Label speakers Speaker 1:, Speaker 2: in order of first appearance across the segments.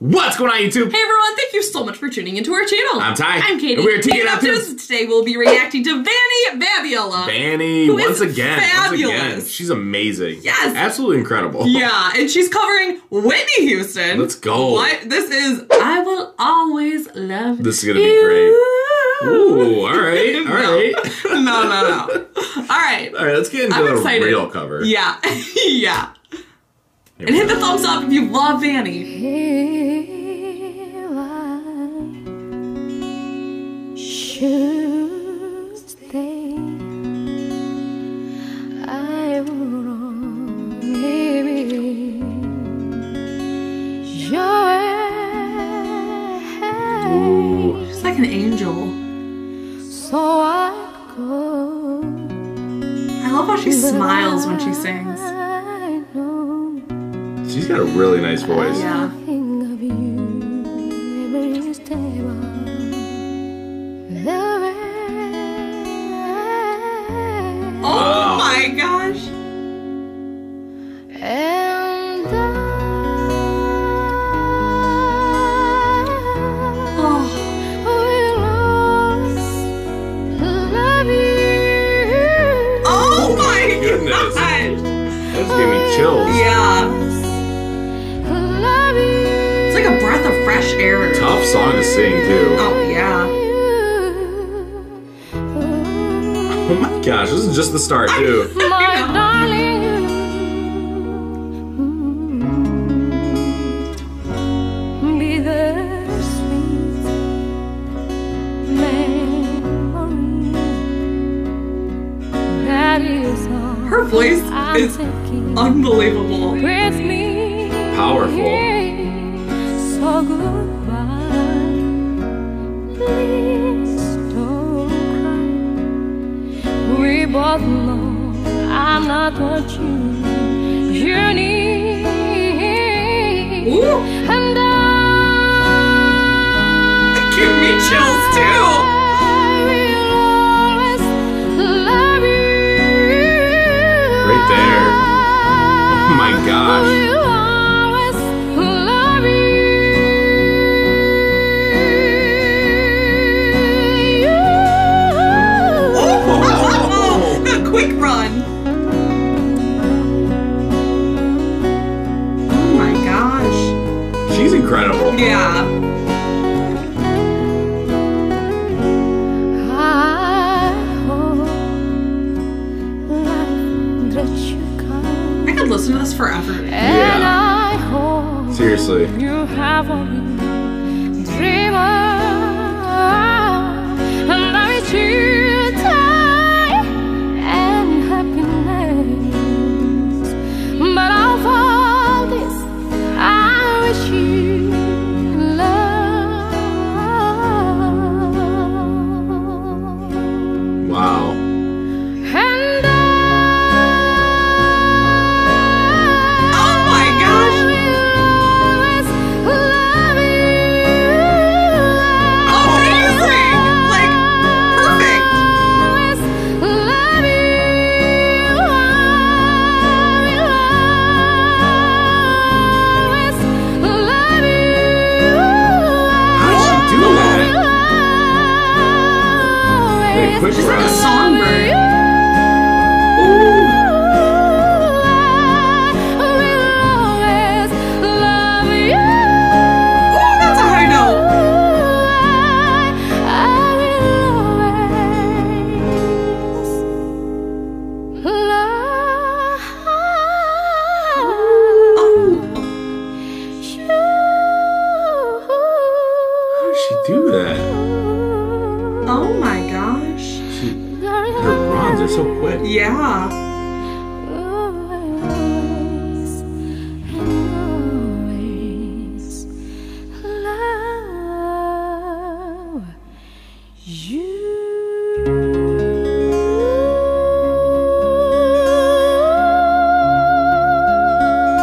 Speaker 1: What's going on, YouTube?
Speaker 2: Hey everyone, thank you so much for tuning into our channel.
Speaker 1: I'm Ty.
Speaker 2: I'm Katie.
Speaker 1: And we're Teeing
Speaker 2: Teeing
Speaker 1: Up Tunes.
Speaker 2: Today we'll be reacting to Vanny Babiola.
Speaker 1: Banny,
Speaker 2: uh, Who
Speaker 1: once
Speaker 2: is
Speaker 1: again, once again,
Speaker 2: fabulous.
Speaker 1: she's amazing.
Speaker 2: Yes.
Speaker 1: absolutely incredible.
Speaker 2: yeah, and she's covering Whitney Houston.
Speaker 1: Let's go.
Speaker 2: What? This is I Will Always Love
Speaker 1: This is gonna be
Speaker 2: great.
Speaker 1: Ooh, all right, all right,
Speaker 2: No, no, no. All right.
Speaker 1: all right. Let's get into
Speaker 2: I'm
Speaker 1: the
Speaker 2: excited.
Speaker 1: real cover.
Speaker 2: Yeah. yeah.
Speaker 1: Here
Speaker 2: And
Speaker 1: we
Speaker 2: hit the
Speaker 1: go.
Speaker 2: thumbs up if you love Vanny.
Speaker 3: Here I choose thee. I will only be your
Speaker 1: Ooh.
Speaker 2: She's like an angel.
Speaker 3: So I go.
Speaker 2: I love how she smiles when she sings.
Speaker 3: I know
Speaker 1: She's got a really nice voice.
Speaker 2: Yeah.
Speaker 3: Think of you every step of the way.
Speaker 2: Oh
Speaker 1: Wow.
Speaker 2: my gosh.
Speaker 3: And I
Speaker 2: Oh.
Speaker 3: will always love you.
Speaker 2: Oh my
Speaker 1: goodness.
Speaker 2: gosh.
Speaker 1: That just gave me chills.
Speaker 2: Yeah. Oh.
Speaker 3: Love you.
Speaker 2: It's like a breath of fresh air.
Speaker 1: Tough song to sing too.
Speaker 2: Oh yeah.
Speaker 1: Oh my gosh, this is just the start too.
Speaker 3: My
Speaker 2: You know.
Speaker 3: darling, mm, be the sweet memory. That is all
Speaker 2: Her voice
Speaker 3: I'm
Speaker 2: is
Speaker 3: taking
Speaker 2: unbelievable.
Speaker 3: with me.
Speaker 1: Powerful.
Speaker 3: So goodbye. Please don't cry. We both know I'm not what you you need.
Speaker 2: Ooh,
Speaker 3: And I
Speaker 2: give me chills too.
Speaker 3: will always love you.
Speaker 1: Right there. Oh my gosh.
Speaker 3: Will always love you.
Speaker 2: Oh, the quick run. Oh my gosh.
Speaker 1: She's incredible.
Speaker 2: Yeah.
Speaker 3: I hope life that you come,
Speaker 2: I could listen to this forever.
Speaker 3: and I hope
Speaker 1: Seriously.
Speaker 3: You have a dreamer, and I wish you joy and happiness. But of all this, I wish you love.
Speaker 1: Wow.
Speaker 3: And I
Speaker 2: Oh my gosh.
Speaker 3: will always love you.
Speaker 2: Oh, Amazing. Like perfect.
Speaker 1: How did she do that? That quick
Speaker 2: She's like a
Speaker 1: run.
Speaker 2: songbird. Oh, that's a high note. Oh.
Speaker 1: How did she do that?
Speaker 2: Oh my gosh.
Speaker 1: She, her runs are so quick.
Speaker 2: Yeah.
Speaker 3: Always and always love you.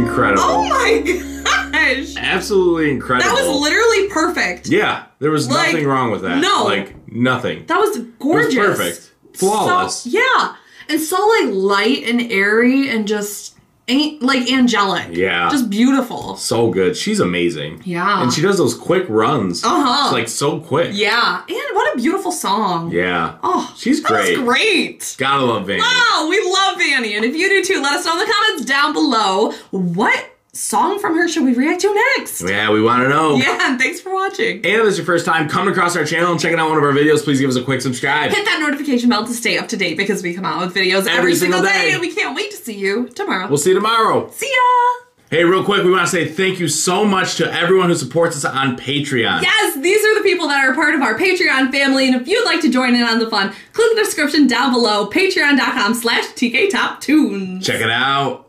Speaker 1: Incredible.
Speaker 2: Oh my gosh.
Speaker 1: Absolutely incredible.
Speaker 2: That was literally perfect.
Speaker 1: Yeah, there was
Speaker 2: Like,
Speaker 1: nothing wrong with that.
Speaker 2: no.
Speaker 1: like nothing.
Speaker 2: That was gorgeous.
Speaker 1: perfect. Flawless.
Speaker 2: So, yeah. And so like light and airy and just ain't like angelic.
Speaker 1: Yeah.
Speaker 2: Just beautiful.
Speaker 1: So good. She's amazing.
Speaker 2: Yeah.
Speaker 1: And she does those quick runs.
Speaker 2: Uh-huh.
Speaker 1: It's like so quick.
Speaker 2: Yeah. And what a beautiful song.
Speaker 1: Yeah.
Speaker 2: Oh,
Speaker 1: She's
Speaker 2: that was
Speaker 1: great.
Speaker 2: great.
Speaker 1: Gotta love Vanny.
Speaker 2: Oh, we love Vanny. And if you do too, let us know in the comments down below what song from her should we react to next.
Speaker 1: Yeah, we want to know.
Speaker 2: Yeah, and thanks for watching.
Speaker 1: And if it's your first time coming across our channel and checking out one of our videos, please give us a quick subscribe.
Speaker 2: Hit that notification bell to stay up to date because we come out with videos every, single day. and we can't wait to see you tomorrow.
Speaker 1: We'll see you tomorrow.
Speaker 2: see ya!
Speaker 1: Hey, real quick, we want to say thank you so much to everyone who supports us on Patreon.
Speaker 2: Yes, these are the people that are a part of our Patreon family, and if you'd like to join in on the fun, click the description down below, patreon.com slash tktoptunes.
Speaker 1: Check it out.